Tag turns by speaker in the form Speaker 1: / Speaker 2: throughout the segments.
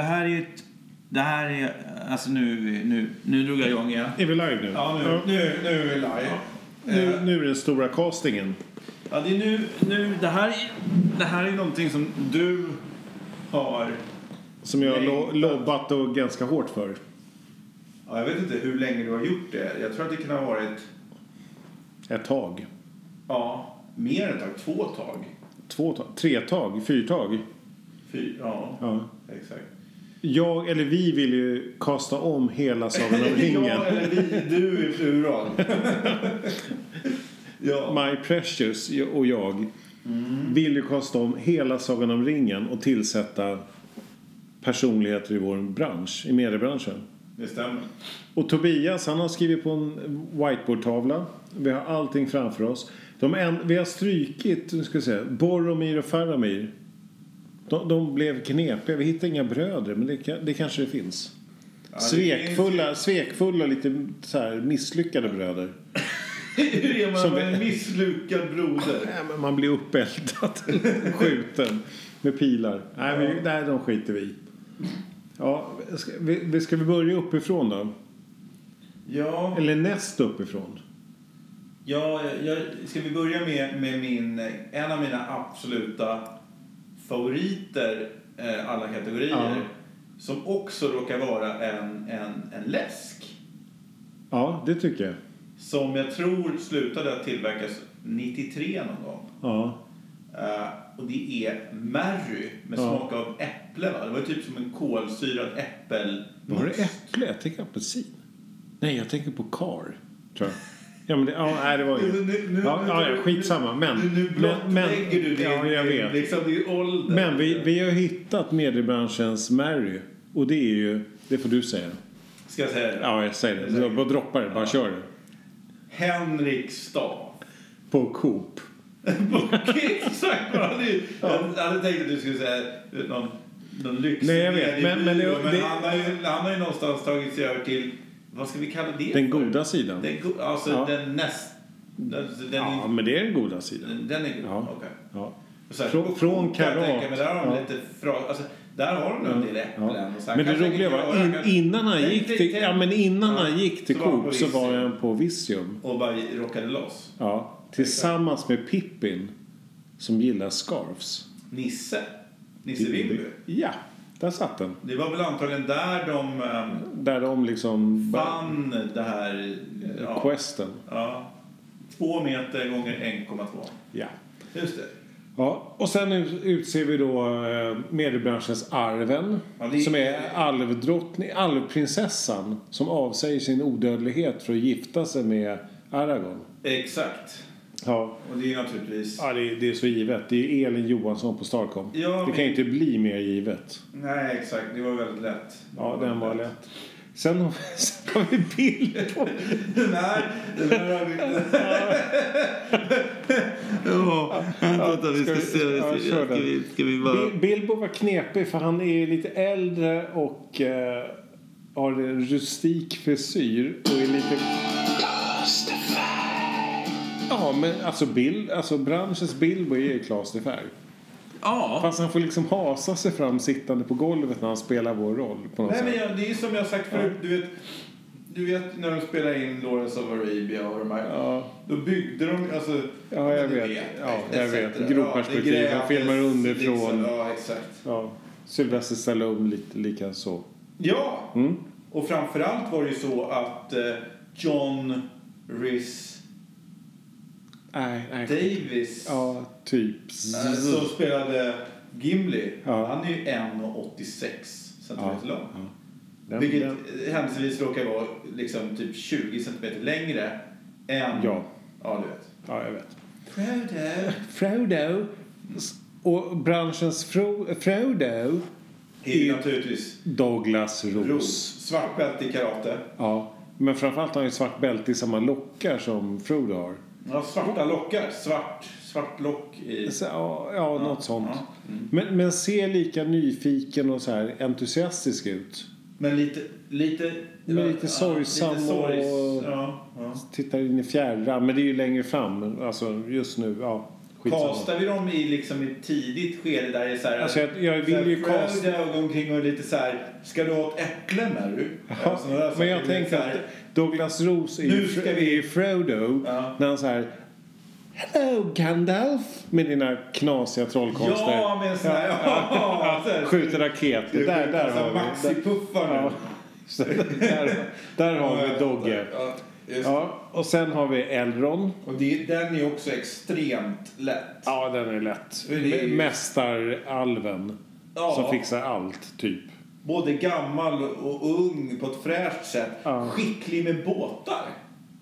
Speaker 1: här är ju ett... Det här är... Alltså nu... Nu, nu drog jag igång igen.
Speaker 2: Är vi live nu?
Speaker 1: Ja, nu,
Speaker 2: Ja. Eh.
Speaker 1: nu, nu är vi live.
Speaker 2: Nu, nu är den stora castingen.
Speaker 1: Ja, det är nu... nu det, här är, det här är någonting som du har...
Speaker 2: Som jag har lo-
Speaker 1: Nej.
Speaker 2: lobbat och ganska hårt för.
Speaker 1: Ja, jag vet inte hur länge du har gjort det. Jag tror att det kan ha varit...
Speaker 2: Ett tag.
Speaker 1: Ja, mer än ett tag. Två tag.
Speaker 2: Två tag. Tre tag. Fyra tag.
Speaker 1: Fy, ja,
Speaker 2: Ja.
Speaker 1: exakt.
Speaker 2: Jag, eller vi vill ju kasta om hela Sagan om ringen.
Speaker 1: Ja, eller vi, du i plural. ja.
Speaker 2: My Precious och jag vill ju kasta om hela Sagan om ringen och tillsätta personligheter i vår bransch, i mediebranschen.
Speaker 1: Det stämmer.
Speaker 2: Och Tobias han har skrivit på en whiteboardtavla. Vi har allting framför oss. De en, vi har strykit nu ska jag säga, Boromir och Faramir. De, de blev knepiga. Vi hittade inga bröder, men det, ka- det kanske det finns.
Speaker 1: Ja, det
Speaker 2: svekfulla, svekfulla, lite så här misslyckade bröder.
Speaker 1: Hur är man
Speaker 2: Som
Speaker 1: med en misslyckad broder?
Speaker 2: Nej, men man blir uppeldad, skjuten med pilar. Nej, men, nej, de skiter vi i. Ja, ska vi, vi- ska vi börja uppifrån då?
Speaker 1: Ja,
Speaker 2: Eller näst uppifrån?
Speaker 1: ja jag, ska vi börja med, med min, en av mina absoluta favoriter eh, alla kategorier.
Speaker 2: Ja.
Speaker 1: Som också råkar vara en, en, en läsk.
Speaker 2: Ja, det tycker jag.
Speaker 1: Som jag tror slutade att tillverkas 93 någon gång.
Speaker 2: Ja.
Speaker 1: Eh, och det är Mary med
Speaker 2: Ja.
Speaker 1: smak av äpple. Va? Det var ju typ som en kolsyrad äppel.
Speaker 2: Var det äpple? Jag tänker apelsin. Nej, jag tänker på kar. Tror jag. Ja, men det, ja, nej, det var
Speaker 1: Nu,
Speaker 2: ju...
Speaker 1: nu, nu,
Speaker 2: Ja, ja, ja, skitsamma. Men...
Speaker 1: Nu, nu
Speaker 2: men, men
Speaker 1: blottlägger du din,
Speaker 2: ja, jag vet.
Speaker 1: Liksom, din ålder.
Speaker 2: Men vi, vi har hittat mediebranschens Mary. Och det är ju... Det får du säga.
Speaker 1: Ska jag säga det?
Speaker 2: Ja, jag säger det. Jag bara droppar det. Bara kör det.
Speaker 1: Henrik Staaf.
Speaker 2: På Coop.
Speaker 1: Exakt vad han är. Jag hade tänkt att du skulle säga eh, någon, någon lyxig
Speaker 2: Nej, jag vet, men- men det-
Speaker 1: mediebyrå,
Speaker 2: det-
Speaker 1: han, har ju, han har ju någonstans tagit sig över till, vad ska vi kalla det
Speaker 2: Den
Speaker 1: för?
Speaker 2: goda sidan.
Speaker 1: Den go- alltså
Speaker 2: Ja.
Speaker 1: den näst... Den, den,
Speaker 2: Ja, men det är den goda sidan.
Speaker 1: den, den är god.
Speaker 2: Ja.
Speaker 1: Okej.
Speaker 2: Ja.
Speaker 1: Och sen-
Speaker 2: Frå- från
Speaker 1: kan jag tänka
Speaker 2: karat.
Speaker 1: mig, Där har de
Speaker 2: Ja.
Speaker 1: lite fra, alltså, där har de en del äpplen.
Speaker 2: Ja.
Speaker 1: Och så här
Speaker 2: Men det
Speaker 1: kanske
Speaker 2: roliga
Speaker 1: kan
Speaker 2: var
Speaker 1: göra-
Speaker 2: in, innan han
Speaker 1: Tänk
Speaker 2: gick
Speaker 1: dig-
Speaker 2: till,
Speaker 1: tänk-
Speaker 2: ja, men innan
Speaker 1: Ja.
Speaker 2: han gick till
Speaker 1: Så var han på
Speaker 2: Coop så var
Speaker 1: Visium.
Speaker 2: han på Visium.
Speaker 1: Och bara rockade loss.
Speaker 2: Ja, tillsammans med Pippin som gillar scarfs.
Speaker 1: Nisse. Nisse Wimby.
Speaker 2: Ja, där satt den.
Speaker 1: Det var väl antagligen där de ehm,
Speaker 2: Där de liksom...
Speaker 1: fann det här... eh,
Speaker 2: bara-
Speaker 1: Ja,
Speaker 2: Questen.
Speaker 1: ja, två meter gånger 1,2.
Speaker 2: Ja.
Speaker 1: Just det.
Speaker 2: ja. Och sen ut- utser vi då eh, mediebranschens Arven.
Speaker 1: Ja, det-
Speaker 2: Som är alvdrottning, alvprinsessan som avsäger sin odödlighet för att gifta sig med Aragorn.
Speaker 1: Exakt.
Speaker 2: Ja,
Speaker 1: Och det är naturligtvis...
Speaker 2: ja det, är- det är så givet. Det är Elin Johansson på Starcom.
Speaker 1: Ja,
Speaker 2: det
Speaker 1: men-
Speaker 2: kan ju inte bli mer givet.
Speaker 1: Nej, exakt. Det var väldigt lätt.
Speaker 2: Ja, den var lätt. Sen har vi- sen har vi bild på...
Speaker 1: Den här, den här har vi inte... ja, vänta, vi ska
Speaker 2: vi-
Speaker 1: se. Vi
Speaker 2: ja,
Speaker 1: ska,
Speaker 2: kör
Speaker 1: ska,
Speaker 2: den.
Speaker 1: vi, ska vi bara...
Speaker 2: Bil- Bilbo var knepig för han är lite äldre och eh, har en rustik frisyr och är lite... Ja, men alltså, Bil, alltså branschens Bilbo är ju Klas de Fär.
Speaker 1: Ja.
Speaker 2: Fast han får liksom hasa sig fram sittande på golvet när han spelar vår roll på något
Speaker 1: Nej,
Speaker 2: sätt.
Speaker 1: men jag, det är som jag har sagt förut. Du, vet, du vet när de spelar in Lawrence of Arabia och de här.
Speaker 2: Ja.
Speaker 1: Då byggde de... Alltså,
Speaker 2: Ja, jag
Speaker 1: du
Speaker 2: vet. Ja, jag
Speaker 1: etc.
Speaker 2: vet.
Speaker 1: Ja,
Speaker 2: Grovperspektiv,
Speaker 1: det
Speaker 2: de filmar
Speaker 1: grävdes,
Speaker 2: underifrån.
Speaker 1: liksom. Ja, exakt.
Speaker 2: Ja. Sylvester Stallone lite lika så.
Speaker 1: Ja!
Speaker 2: Mm.
Speaker 1: Och framförallt var det ju så att eh, John Rhys
Speaker 2: Nej, nej.
Speaker 1: Davis
Speaker 2: Ja, typ.
Speaker 1: eh, som spelade Gimli,
Speaker 2: Ja.
Speaker 1: han är ju 1,86 centimeter lång.
Speaker 2: Den-
Speaker 1: Vilket
Speaker 2: den-
Speaker 1: eh, händelsevis råkar vara liksom typ 20 centimeter längre än...
Speaker 2: Ja.
Speaker 1: Ja, du vet.
Speaker 2: ja, jag vet.
Speaker 1: Frodo.
Speaker 2: Frodo och branschens Fro, Frodo
Speaker 1: Är ju naturligtvis
Speaker 2: Douglas Ros.
Speaker 1: Ros. Svart bälte i karate.
Speaker 2: Ja, men framförallt har han ju svart bälte i samma lockar som Frodo har.
Speaker 1: Ja, svarta lockar. Svart, svart lock i...
Speaker 2: Så, ja, ja, något sånt.
Speaker 1: ja,
Speaker 2: Men, men ser lika nyfiken och så här entusiastisk ut.
Speaker 1: Men lite... lite
Speaker 2: Men lite sorgsam
Speaker 1: lite sorgs-
Speaker 2: och-
Speaker 1: Ja, ja.
Speaker 2: Tittar in i fjärran, men det är ju längre fram. Alltså just nu, ja.
Speaker 1: Kastar vi dem i liksom ett tidigt skede där det är så här...
Speaker 2: Alltså jag, jag vill ju kasta...
Speaker 1: Frodo går omkring och är lite så här... Ska du ha ett äpple med du?
Speaker 2: Ja,
Speaker 1: Sådana där
Speaker 2: men
Speaker 1: saker.
Speaker 2: jag
Speaker 1: Så
Speaker 2: tänkte
Speaker 1: här,
Speaker 2: att Douglas Rose är ju
Speaker 1: Nu ska
Speaker 2: Fro-
Speaker 1: vi-
Speaker 2: är ju Frodo
Speaker 1: Ja.
Speaker 2: när han så här Hello Gandalf med dina knasiga trollkonster.
Speaker 1: Ja, men sån här... Ja, så här-
Speaker 2: Skjuter raket.
Speaker 1: Du
Speaker 2: Där, där
Speaker 1: alltså,
Speaker 2: har vi.
Speaker 1: Maxipuffar nu.
Speaker 2: Ja, så där, där har vi Dogge.
Speaker 1: Ja, just.
Speaker 2: Ja, och sen har vi Elrond.
Speaker 1: Och det, den är också extremt lätt.
Speaker 2: Ja, den är lätt.
Speaker 1: Det är ju-
Speaker 2: Mästaralven.
Speaker 1: Ja.
Speaker 2: Som fixar allt, typ.
Speaker 1: Både gammal och ung på ett fräscht sätt.
Speaker 2: Ja.
Speaker 1: Skicklig med båtar.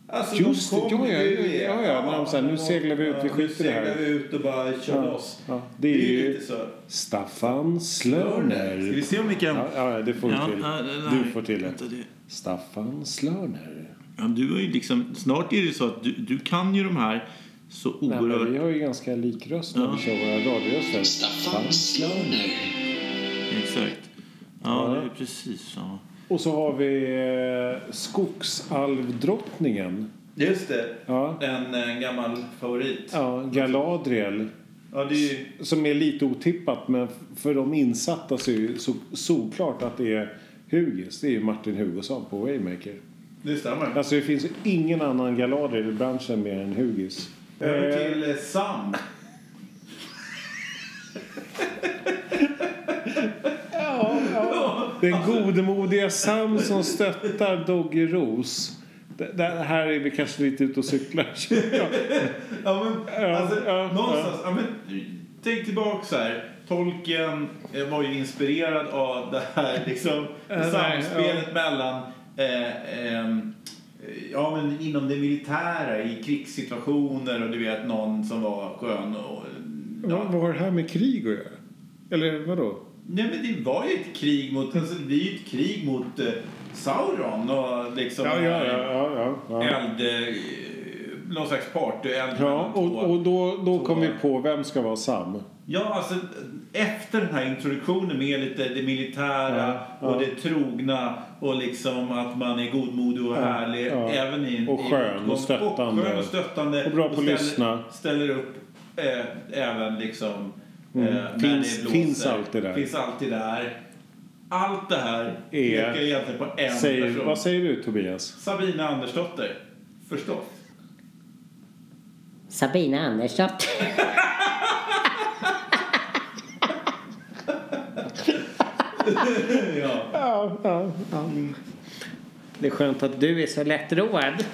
Speaker 1: Alltså,
Speaker 2: Just
Speaker 1: de
Speaker 2: det,
Speaker 1: kom
Speaker 2: ja, ja,
Speaker 1: ju i-
Speaker 2: ja, ja, när de sa, nu seglar vi ut, vi
Speaker 1: Ja, nu
Speaker 2: skiter i det här.
Speaker 1: seglar vi ut och bara kör loss.
Speaker 2: Ja, det är
Speaker 1: ju
Speaker 2: ju
Speaker 1: lite så.
Speaker 2: Staffan
Speaker 1: Ska vi
Speaker 2: Slörner.
Speaker 1: se om vi kan...
Speaker 2: Ja, ja, det får du
Speaker 3: Ja,
Speaker 2: till.
Speaker 3: ja, det där-
Speaker 2: Du får till det.
Speaker 3: vänta, det.
Speaker 2: Staffan Slörner.
Speaker 3: Ja, du har ju liksom, snart är det så att du, du kan ju de här så
Speaker 2: Nej, men
Speaker 3: oerhört...
Speaker 2: vi har ju ganska lik röst när vi
Speaker 3: Ja.
Speaker 2: kör våra radioröster.
Speaker 4: Staffan Slöner.
Speaker 3: Exakt. Ja,
Speaker 2: Ja.
Speaker 3: det är precis samma.
Speaker 2: Och så har vi eh, Skogsalvdrottningen.
Speaker 1: Just det.
Speaker 2: Ja.
Speaker 1: En, eh, gammal favorit.
Speaker 2: Ja, Galadriel.
Speaker 1: Ja, det är ju...
Speaker 2: Som är lite otippat, men för de insatta så är det ju så- såklart att det är Hugis. Det är ju Martin Hugosson på Waymaker.
Speaker 1: Det stämmer.
Speaker 2: Alltså det finns ju ingen annan Galadriel i branschen mer än Hugis.
Speaker 1: Över
Speaker 2: Eh,
Speaker 1: till eh, Sam.
Speaker 2: Den godmodiga Sam som stöttar Dogge Ros. Det, det här är vi kanske lite ute och cyklar.
Speaker 1: Ja, men,
Speaker 2: Ja,
Speaker 1: alltså,
Speaker 2: ja,
Speaker 1: någonstans, ja. men, tänk tillbaka så här. Tolkien eh, var ju inspirerad av det här liksom,
Speaker 2: nej,
Speaker 1: samspelet mellan eh, ehm, eh, Ja, men inom det militära i krigssituationer och du vet någon som var skön och...
Speaker 2: Vad
Speaker 1: Ja.
Speaker 2: vad har det här med krig att göra? Eller vadå?
Speaker 1: Nej men det var ju ett krig mot, alltså det blir ju ett krig mot eh, Sauron och liksom
Speaker 2: Ja, ja, ja. ja, ja, ja.
Speaker 1: eld, eh, någon slags partyeld
Speaker 2: ja
Speaker 1: mellan två.
Speaker 2: och, och då, då
Speaker 1: Så-
Speaker 2: kom vi på vem ska vara Sam.
Speaker 1: Ja, alltså efter den här introduktionen med lite det militära
Speaker 2: Ja, ja.
Speaker 1: och det trogna och liksom att man är godmodig och
Speaker 2: Ja,
Speaker 1: härlig
Speaker 2: ja.
Speaker 1: även i
Speaker 2: Och
Speaker 1: i
Speaker 2: skön och
Speaker 1: motgång-
Speaker 2: stöttande.
Speaker 1: Och skön och stöttande.
Speaker 2: Och bra på att
Speaker 1: ställer,
Speaker 2: lyssna.
Speaker 1: Ställer upp eh, även liksom
Speaker 2: Mm.
Speaker 1: eh, när
Speaker 2: Finns-
Speaker 1: det blåser.
Speaker 2: finns alltid där.
Speaker 1: Finns alltid där. Allt det här
Speaker 2: Är-
Speaker 1: pekar egentligen på en
Speaker 2: Säger,
Speaker 1: person.
Speaker 2: vad säger du Tobias?
Speaker 1: Sabina Andersdotter. Förstås.
Speaker 5: Sabina Andersdotter.
Speaker 1: ja.
Speaker 2: Ja, ja.
Speaker 5: Det är skönt att du är så lättroad.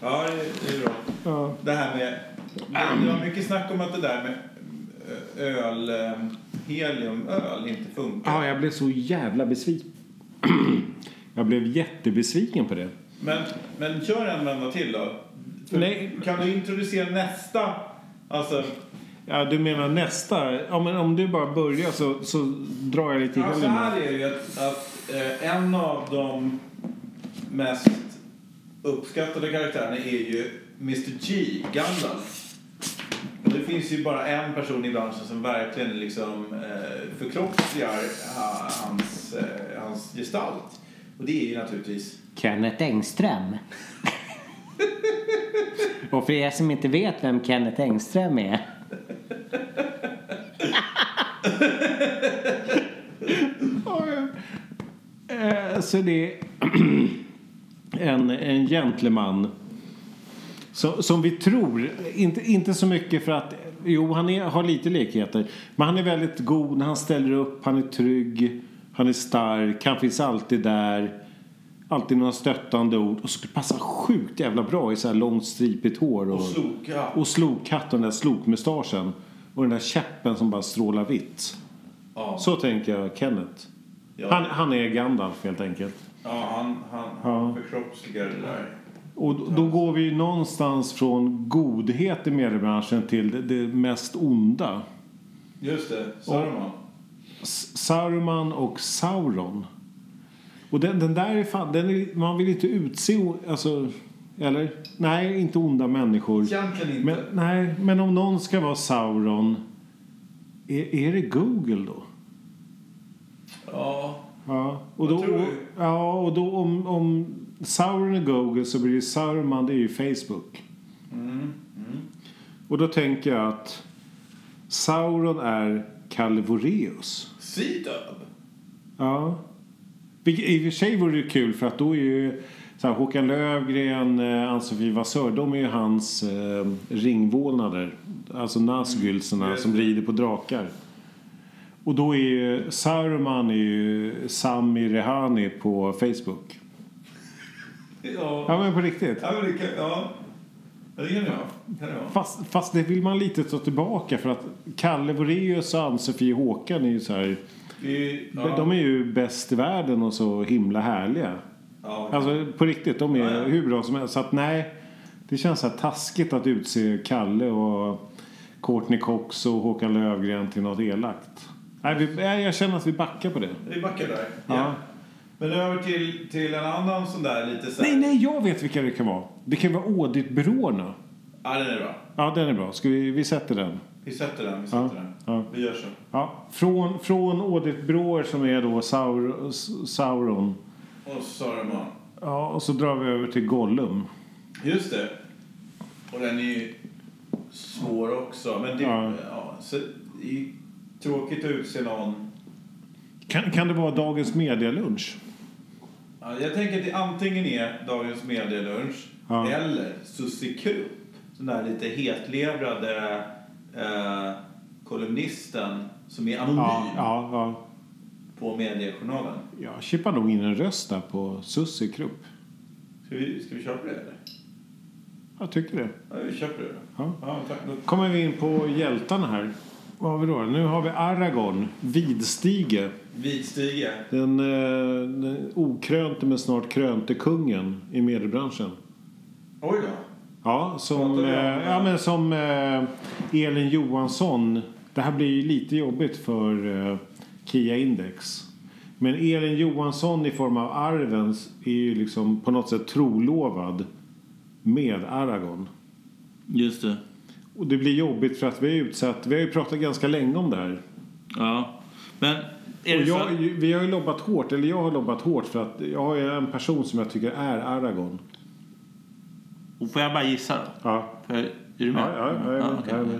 Speaker 1: Ja, det- det är bra. Det här med... Det, det var mycket snack om att det där med eh, öl, eh, heliumöl inte funkar.
Speaker 2: Ja, jag blev så jävla besviken. jag blev jättebesviken på det.
Speaker 1: Men, men kör en vända till då. För
Speaker 2: Nej.
Speaker 1: Kan du introducera nästa? Alltså,
Speaker 2: Ja, du menar nästa? Ja, men om du bara börjar så, så drar jag lite
Speaker 1: ja, så
Speaker 2: i händerna.
Speaker 1: här är det ju att, att eh, en av de mest uppskattade karaktärerna är ju Mr G, Gandalf. Och Det finns ju bara en person i branschen som verkligen liksom eh, förkroppsligar ha- hans, eh, hans gestalt. Och det är ju naturligtvis...
Speaker 5: Kenneth Engström. Och för er som inte vet vem Kenneth Engström är.
Speaker 2: Ja, ja. Eh, Så det är en, en gentleman. Som, som vi tror, inte, inte så mycket för att, jo han är, har lite likheter. Men han är väldigt god, han ställer upp, han är trygg, han är stark, han finns alltid där. Alltid några stöttande ord. Och skulle passa sjukt jävla bra i så här långt stripigt hår. Och,
Speaker 1: Och sloka.
Speaker 2: och slokhatt och den där slokmustaschen. Och den där käppen som bara strålar vitt.
Speaker 1: Ja,
Speaker 2: Så tänker jag Kenneth.
Speaker 1: ja,
Speaker 2: Han, han är Gandalf helt enkelt.
Speaker 1: ja, han, han, han förkroppsligar det där.
Speaker 2: Och då, då går vi ju någonstans från godhet i mediebranschen till det, det mest onda.
Speaker 1: Just det, Saruman.
Speaker 2: S- Saruman och Sauron. Och den, den där är fan, den är, man vill inte utse, o- alltså, eller? Nej, inte onda människor.
Speaker 1: Egentligen inte.
Speaker 2: Men, nej, men om någon ska vara Sauron, är, är det Google då?
Speaker 1: Ja.
Speaker 2: Ja, och
Speaker 1: Vad
Speaker 2: då,
Speaker 1: tror du?
Speaker 2: ja, och då om, om Sauron är Google så blir det
Speaker 1: Mm,
Speaker 2: Saruman, det är ju Facebook. Och då tänker jag att Sauron är Calvoreus.
Speaker 1: Sidöb?
Speaker 2: Ja. Vilket- I och för sig vore det kul för att då är ju så här, Håkan Lövgren, eh, Ann-Sofie Vasör, de är ju hans eh, ringvålnader. Alltså Nazgulserna
Speaker 1: Mm.
Speaker 2: som rider på drakar. Och då är ju Saruman är ju Sami Rehani på Facebook.
Speaker 1: Ja.
Speaker 2: Ja men på riktigt.
Speaker 1: Ja, men det kan, ja. Ja, det kan det vara. Kan det vara.
Speaker 2: Fast, fast det vill man lite ta tillbaka för att Kalle Boraeus och Ann-Sofie Håkan är ju så här,
Speaker 1: Det är ju- ja.
Speaker 2: de är ju bäst i världen och så himla härliga.
Speaker 1: Ja.
Speaker 2: Alltså på riktigt, de är
Speaker 1: Ja, ja.
Speaker 2: hur bra som helst. Så att nej, det känns så här taskigt att utse Kalle och Courtney Cox och Håkan Lövgren till något elakt. Nej, vi, nej, jag känner att vi backar på det.
Speaker 1: Vi backar där.
Speaker 2: Ja.
Speaker 1: Men över till, till en annan sån där lite så här-
Speaker 2: Nej, nej, jag vet vilka det kan vara. Det kan vara auditbyråerna.
Speaker 1: Ja, den är bra.
Speaker 2: Ja, den är bra. Ska vi, vi sätter den.
Speaker 1: Vi sätter den. Vi, sätter
Speaker 2: Ja,
Speaker 1: den.
Speaker 2: ja.
Speaker 1: vi gör så.
Speaker 2: Ja, från, från auditbyråer som är då Saur, S- Sauron.
Speaker 1: Och Saruman.
Speaker 2: Ja, och så drar vi över till Gollum.
Speaker 1: Just det. Och den är ju svår också. Men det,
Speaker 2: Ja.
Speaker 1: ja. så, det är ju tråkigt att utse någon.
Speaker 2: Kan, kan det vara dagens medialunch?
Speaker 1: Ja, jag tänker att det antingen är Dagens Medielunch
Speaker 2: Ja.
Speaker 1: eller Susie Krupp. Den där lite hetlevrade eh, kolumnisten som är anonym
Speaker 2: Ja, ja, ja.
Speaker 1: på Mediejournalen.
Speaker 2: Jag chippar nog in en röst där på Sussi Krupp.
Speaker 1: Ska vi, ska vi köra på det eller?
Speaker 2: Jag tycker det.
Speaker 1: Ja, vi kör på det då.
Speaker 2: Ja.
Speaker 1: Ja, tack. Då-
Speaker 2: kommer vi in på hjältarna här. Vad har vi då? Nu har vi Aragorn, Vidstige.
Speaker 1: Vidstige.
Speaker 2: Den, eh, den okrönte men snart krönte kungen i medelbranschen.
Speaker 1: Oj då.
Speaker 2: Ja, som,
Speaker 1: Pratar vi om,
Speaker 2: eh, ja,
Speaker 1: eh,
Speaker 2: men som eh, Elin Johansson. Det här blir ju lite jobbigt för eh, Kia Index. Men Elin Johansson i form av arven är ju liksom på något sätt trolovad med Aragorn.
Speaker 3: Just det.
Speaker 2: Och det blir jobbigt för att vi är utsatt. Vi har ju pratat ganska länge om det här.
Speaker 3: Ja. Men är
Speaker 2: Och
Speaker 3: det så
Speaker 2: jag,
Speaker 3: att-
Speaker 2: vi har ju lobbat hårt, eller jag har lobbat hårt för att jag har ju en person som jag tycker är Aragorn.
Speaker 3: Och får jag bara gissa då?
Speaker 2: Ja,
Speaker 3: Får jag, är du med?
Speaker 2: ja, ja, ja, ja,
Speaker 3: okej.
Speaker 2: ja,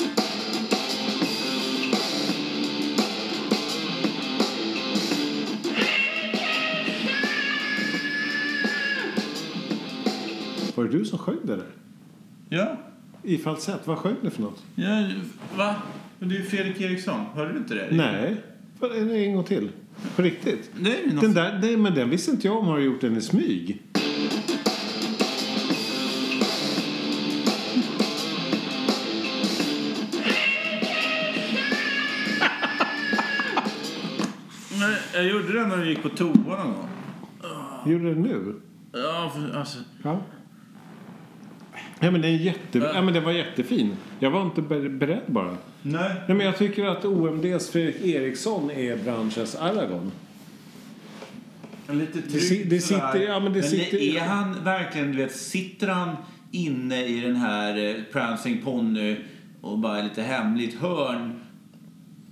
Speaker 2: ja. Var det du som sjöng det där?
Speaker 1: Ja.
Speaker 2: I falsett? Vad sjöng du för något?
Speaker 1: ja. Va? Men det är ju Fredrik Eriksson. Hörde du inte det?
Speaker 2: Nej. Vad är det En gång till. På riktigt?
Speaker 1: Nej, men
Speaker 2: Den där, nej, men den visste inte jag om har gjort den i smyg.
Speaker 1: Nej, jag gjorde det när du gick på toa någon gång.
Speaker 2: Gjorde den nu?
Speaker 1: Ja, för, alltså.
Speaker 2: Ja. Ja, men den, är jätte... ja, men den var jättefin. Jag var inte ber- beredd bara.
Speaker 1: Nej.
Speaker 2: Nej, men jag tycker att OMDs Fredrik Eriksson är branschens Aragon.
Speaker 1: Lite
Speaker 2: Det si-
Speaker 1: trygg
Speaker 2: det
Speaker 1: sådär.
Speaker 2: sitter- ja, men det sitter-
Speaker 1: är han verkligen, du vet, sitter han inne i den här eh, Prancing Pony och bara i lite hemligt hörn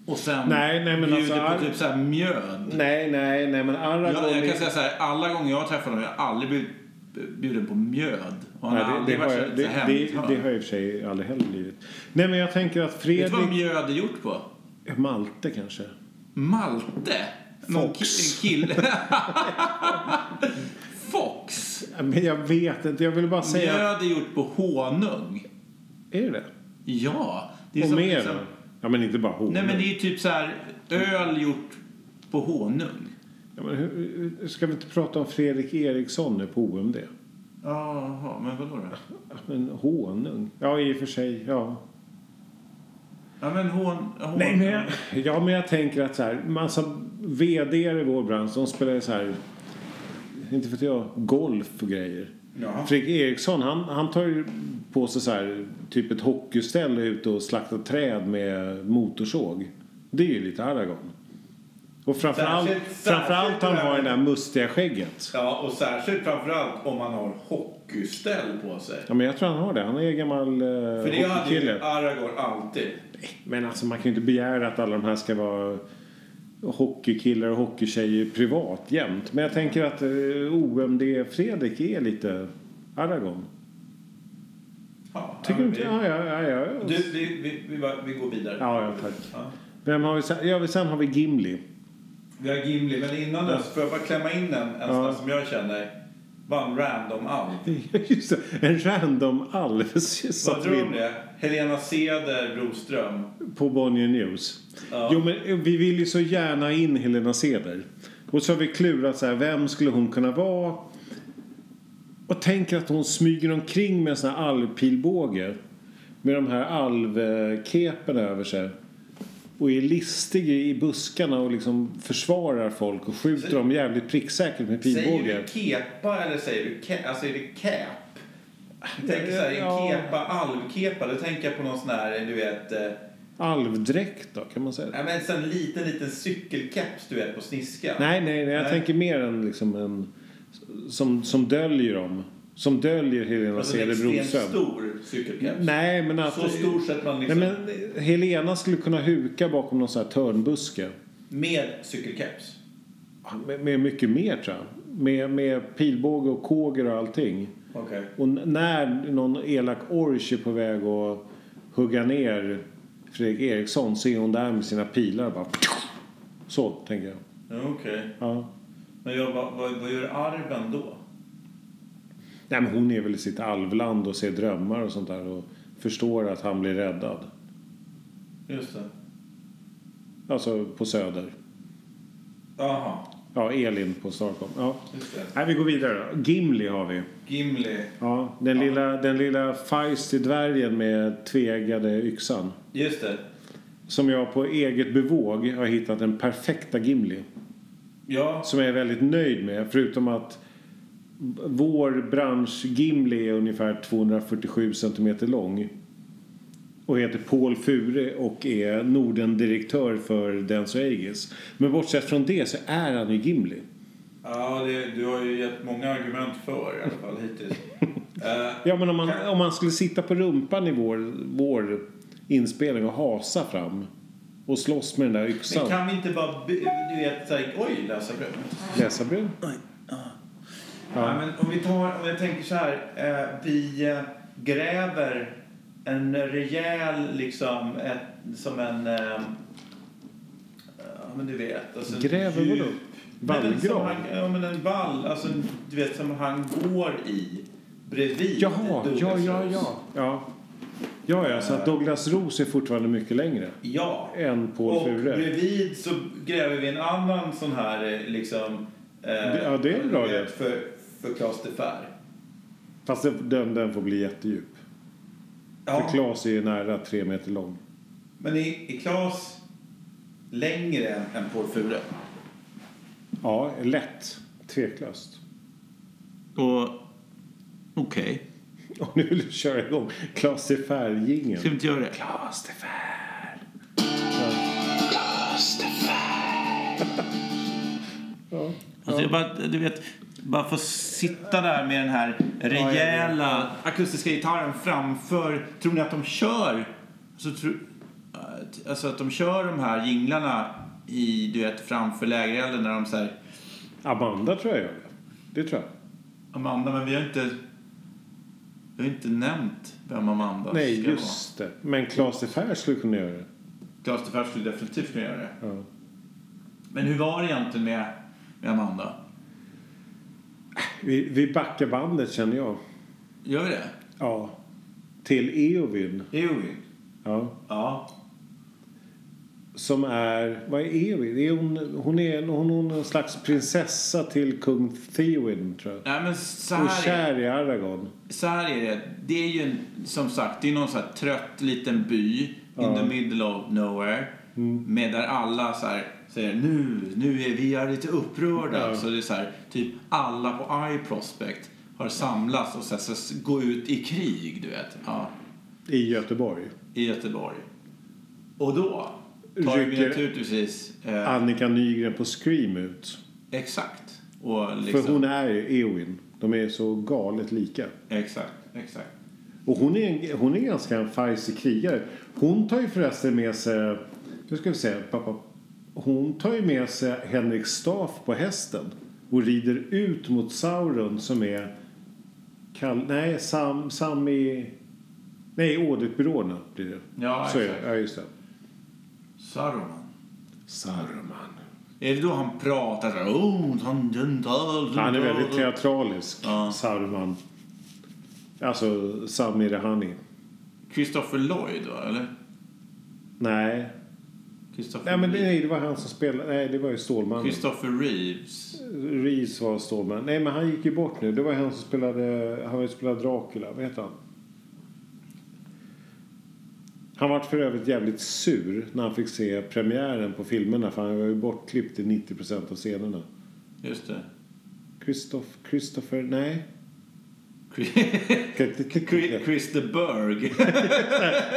Speaker 1: och sen
Speaker 2: Nej, nej, men
Speaker 1: bjuder
Speaker 2: alltså,
Speaker 1: på
Speaker 2: Ar-
Speaker 1: typ så här mjöd?
Speaker 2: Nej, nej, nej, men Aragon
Speaker 1: Jag, jag
Speaker 2: är...
Speaker 1: kan säga så här, alla gånger jag träffar honom, jag har aldrig blivit bjuden på mjöd. Och han
Speaker 2: Nej,
Speaker 1: har
Speaker 2: det,
Speaker 1: aldrig
Speaker 2: det, har
Speaker 1: varit
Speaker 2: jag,
Speaker 1: så-
Speaker 2: det,
Speaker 1: så
Speaker 2: det,
Speaker 1: hemligt
Speaker 2: det,
Speaker 1: hörn.
Speaker 2: har jag i och för sig aldrig heller blivit. Nej, men jag tänker att
Speaker 1: Vet du vad
Speaker 2: Fredrik...
Speaker 1: mjöd är gjort på?
Speaker 2: Malte kanske?
Speaker 1: Malte. Någon
Speaker 2: Fox.
Speaker 1: ki- en kille. Fox.
Speaker 2: Ja, Men jag vet inte, jag vill bara säga...
Speaker 1: Mjöd är gjort på honung.
Speaker 2: Är det det?
Speaker 1: Ja. Det är
Speaker 2: Och
Speaker 1: som,
Speaker 2: mer?
Speaker 1: som-
Speaker 2: Ja, men inte bara honung.
Speaker 1: nej men det är ju typ så här öl gjort på honung.
Speaker 2: ja, men hur, hur- ska vi inte prata om Fredrik Eriksson nu på OMD?
Speaker 1: Jaha, men vadå då?
Speaker 2: Men honung? Ja, i och för sig. Ja.
Speaker 1: Ja men hon... hon
Speaker 2: Nej, men jag, ja, men jag tänker att så här, massa vd i vår bransch, de spelar ju så här, inte för att jag, golf och grejer.
Speaker 1: Ja.
Speaker 2: Fredrik Eriksson, han, han tar ju på sig så här, typ ett hockeyställ och är ute och slaktar träd med motorsåg. Det är ju lite Aragon. Och framförallt,
Speaker 1: Särskilt-
Speaker 2: framförallt han har det där mustiga skägget.
Speaker 1: Ja, och särskilt framförallt om man har hockeyställ på sig.
Speaker 2: Ja, men jag tror han har det. Han är gammal eh,
Speaker 1: För det hade
Speaker 2: hockeykille.
Speaker 1: ju Aragorn alltid.
Speaker 2: Men alltså man kan ju inte begära att alla de här ska vara hockeykillar och hockeytjejer privat jämt. Men jag tänker att eh, OMD Fredrik är lite Aragon.
Speaker 1: Ja,
Speaker 2: Tycker
Speaker 1: ja,
Speaker 2: inte...
Speaker 1: men
Speaker 2: Ja, ja, ja, ja.
Speaker 1: vi, du, vi, vi, vi, bara- vi går vidare.
Speaker 2: Ja, ja, tack.
Speaker 1: Ja.
Speaker 2: Vem har vi sen? Ja, sen har vi Gimli.
Speaker 1: Vi har Gimli, men innan dess får jag bara klämma in en, en sån
Speaker 2: Ja.
Speaker 1: här som jag känner. Bara en random alv.
Speaker 2: Just det, en random alv
Speaker 1: Vad
Speaker 2: satt
Speaker 1: tror du om
Speaker 2: vi
Speaker 1: det? Helena Ceder Broström.
Speaker 2: på Bonnier News.
Speaker 1: Ja.
Speaker 2: Jo, men eh, vi vill ju så gärna in Helena Ceder. Och så har vi klurat så här, vem skulle hon kunna vara? Och tänker att hon smyger omkring med en sån här alvpilbåge. Med de här alvkeperna över sig. Och är listig i buskarna och liksom försvarar folk och skjuter dem jävligt pricksäkert med pilbåge.
Speaker 1: Säger du kepa eller säger du ke- alltså är det cap? Jag tänker så här,
Speaker 2: Ja.
Speaker 1: en kepa, alvkepa. Då tänker jag på någon sån här, du vet. eh,
Speaker 2: Alvdräkt då, kan man säga.
Speaker 1: Ja, men en sån liten, liten cykelkeps du vet på sniskan.
Speaker 2: Nej, nej, nej. Jag
Speaker 1: Nej.
Speaker 2: tänker mer än liksom en... Som, som döljer dem. Som döljer Helena
Speaker 1: Alltså en
Speaker 2: Ceder
Speaker 1: extremt
Speaker 2: Broström.
Speaker 1: stor cykelkeps.
Speaker 2: Nej, men att...
Speaker 1: Så stor så att man
Speaker 2: Nej,
Speaker 1: liksom...
Speaker 2: men eh, Helena skulle kunna huka bakom någon sån här törnbuske.
Speaker 1: Med cykelkeps.
Speaker 2: Med, med mycket mer, tror jag. Med, med pilbåge och kåger och allting.
Speaker 1: Okej.
Speaker 2: Och n- när någon elak orch är på väg att hugga ner Fredrik Eriksson så är hon där med sina pilar och bara... Så, tänker jag.
Speaker 1: Ja, Okej.
Speaker 2: Ja.
Speaker 1: Men jag, bara, vad, vad gör arven då?
Speaker 2: Nej, men hon är väl i sitt alvland och ser drömmar och sånt där och förstår att han blir räddad.
Speaker 1: Just det.
Speaker 2: Alltså på Söder.
Speaker 1: Jaha,
Speaker 2: Ja, Elin på Stockholm. Ja.
Speaker 1: just det.
Speaker 2: Nej, vi går vidare då. Gimli har vi.
Speaker 1: Gimli.
Speaker 2: Ja, den lilla, den lilla feisty dvärgen med tvegade yxan.
Speaker 1: Just det.
Speaker 2: Som jag på eget bevåg har hittat den perfekta Gimli.
Speaker 1: Ja,
Speaker 2: Som jag är väldigt nöjd med. Förutom att vår bransch Gimli är ungefär 247 centimeter lång. Och heter Paul Fure och är Nordendirektör för Denso Aegis. Men bortsett från det så är han ju Gimli.
Speaker 1: ja det, du har ju gett många argument för i alla fall hittills. Eh,
Speaker 2: Ja men om man, om man skulle sitta på rumpan i vår, vår inspelning och hasa fram. Och slåss med den där
Speaker 1: men
Speaker 2: yxan.
Speaker 1: kan vi inte bara, by- du vet, så här, oj, läsa brev?
Speaker 2: Läsa brev.
Speaker 1: Ja. men om vi tar, om jag tänker så här, eh, vi eh, gräver en rejäl, liksom, ett, som en, eh, ja men du vet. Alltså, en
Speaker 2: Gräver vadå?
Speaker 1: djup- Nej, men som
Speaker 2: Vallgrav?
Speaker 1: han- Ja men en vall, alltså en- du vet som han går i bredvid.
Speaker 2: Jaha,
Speaker 1: Douglas
Speaker 2: ja, ja,
Speaker 1: Rose.
Speaker 2: ja. Ja, ja, ja så att Douglas Rose är fortfarande mycket längre
Speaker 1: Ja.
Speaker 2: än Paul
Speaker 1: Och
Speaker 2: Fure.
Speaker 1: bredvid så gräver vi en annan sån här eh, liksom... Eh,
Speaker 2: Ja, det är en bra idé.
Speaker 1: För, för Claes de Fer.
Speaker 2: Fast den- den, den får bli jättedjup. För
Speaker 1: Ja,
Speaker 2: Claes är ju nära tre meter lång.
Speaker 1: men är, är Claes längre än, än Paul Fure?
Speaker 2: Ja, lätt. Tveklöst.
Speaker 3: Och okej,
Speaker 2: Om nu vill du köra igång Claes de Fär-jingeln.
Speaker 3: ska vi inte göra det?
Speaker 2: Claes de Fär.
Speaker 4: Claes de Fer.
Speaker 2: Ja.
Speaker 3: Alltså, jag bara, du vet, bara få sitta där med den här rejäla akustiska gitarren framför. Tror ni att de kör? Alltså, tro, att- alltså att de kör de här jinglarna i, du vet, framför lägerelden när de säger
Speaker 2: Amanda tror jag gör det. Det tror jag.
Speaker 3: Amanda, men vi har inte... Vi har inte nämnt vem Amanda
Speaker 2: Nej,
Speaker 3: ska
Speaker 2: just det. Men Claes de Fär skulle kunna göra det.
Speaker 3: vara. Claes de Fer skulle definitivt kunna göra det.
Speaker 2: Ja.
Speaker 3: Men hur var det egentligen med, med Amanda?
Speaker 2: Vi, vi backar bandet känner jag.
Speaker 3: Gör vi det?
Speaker 2: Ja. Till Eovin.
Speaker 3: Det gör vi.
Speaker 2: Ja.
Speaker 3: Ja.
Speaker 2: Som är, vad är Eowyn? Det Är hon, hon, är, hon, hon är en slags prinsessa till kung Theoden tror jag.
Speaker 3: Nej, men så
Speaker 2: Och
Speaker 3: här är
Speaker 2: kär i Aragorn.
Speaker 3: så här är det. Det är ju en- som sagt, det är någon så här trött liten by in the middle of nowhere.
Speaker 2: Mm.
Speaker 3: Med där alla så här säger nu, nu är vi är lite upprörda.
Speaker 2: Ja.
Speaker 3: Så det är så här, typ alla på I Prospect har samlats och så här, så s- gå ut i krig, du vet. Ja,
Speaker 2: I Göteborg.
Speaker 3: I Göteborg. Och då tar ju
Speaker 2: Rycker- Ah.
Speaker 3: vi naturligtvis... Eh,
Speaker 2: Annika Nygren på Scream ut.
Speaker 3: Exakt. Och liksom,
Speaker 2: För hon är ju Eowyn. De är så galet lika.
Speaker 3: Exakt, exakt.
Speaker 2: Och hon är, en- hon är ganska en feisty krigare. Hon tar ju förresten med sig... Nu ska vi se. Pappa. Hon tar ju med sig Henrik Staff på hästen och rider ut mot Sauron som är... Kall, nej, Sam, Sami... Nej, auditbyråerna blir det.
Speaker 1: Ja,
Speaker 2: Så är
Speaker 1: exakt.
Speaker 2: det. Ja, just det.
Speaker 1: Saruman.
Speaker 2: Saruman.
Speaker 1: Är det då han pratar så här... Oh, han, den där,
Speaker 2: Han är väldigt teatralisk,
Speaker 1: Mm, Ja.
Speaker 2: Saruman. Alltså Samir Rahani.
Speaker 1: Christopher Lloyd, va? Eller?
Speaker 2: Nej.
Speaker 1: Christopher,
Speaker 2: Nej, men det,
Speaker 1: Reeves.
Speaker 2: nej, det var han som spelade. Nej, det var ju Stålmannen.
Speaker 1: Christopher Reeves.
Speaker 2: Reeves var Stålmannen. Nej, men han gick ju bort nu. Det var han som spelade... Han var ju spelade Dracula. Vad heter han? Han var för övrigt jävligt sur när han fick se premiären på filmerna för han var ju bortklippt i 90 av scenerna.
Speaker 1: Just det.
Speaker 2: Christoph, Christopher... Nej.
Speaker 1: Chris- Chris- Chris the Berg.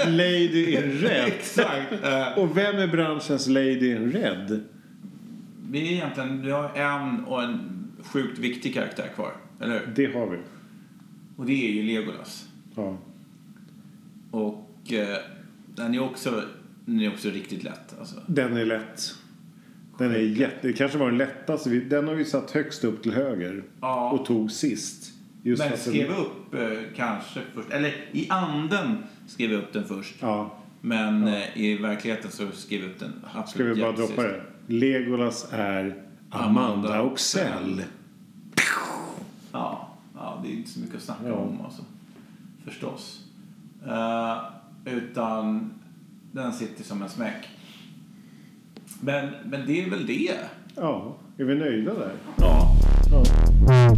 Speaker 2: Lady in Red.
Speaker 1: Exakt. Eh,
Speaker 2: Och vem är branschens Lady in Red?
Speaker 1: vi är egentligen... Vi har en och en sjukt viktig karaktär kvar. Eller hur?
Speaker 2: Det har vi.
Speaker 1: Och det är ju Legolas.
Speaker 2: Ja.
Speaker 1: Och eh, den är också, den är också riktigt lätt. Alltså.
Speaker 2: Den är lätt. Den är jätte... Det kanske var den lättaste. Vi- Den har vi satt högst upp till höger.
Speaker 1: Ja.
Speaker 2: Och tog sist. Just för
Speaker 1: Men
Speaker 2: att den-
Speaker 1: skrev upp eh, kanske först, eller i anden skrev jag upp den först.
Speaker 2: Ja.
Speaker 1: Men eh, i verkligheten så skrev jag upp den absolut
Speaker 2: Ska vi bara
Speaker 1: jättesist.
Speaker 2: droppa det? Legolas är Amanda
Speaker 1: Amanda
Speaker 2: Oxell.
Speaker 1: Ja, ja, det är inte så mycket att snacka
Speaker 2: Ja.
Speaker 1: om alltså. Förstås. Eh, utan den sitter som en smäck. Men, men det är väl det.
Speaker 2: Ja. Är vi nöjda där?
Speaker 1: Ja.
Speaker 2: Ja.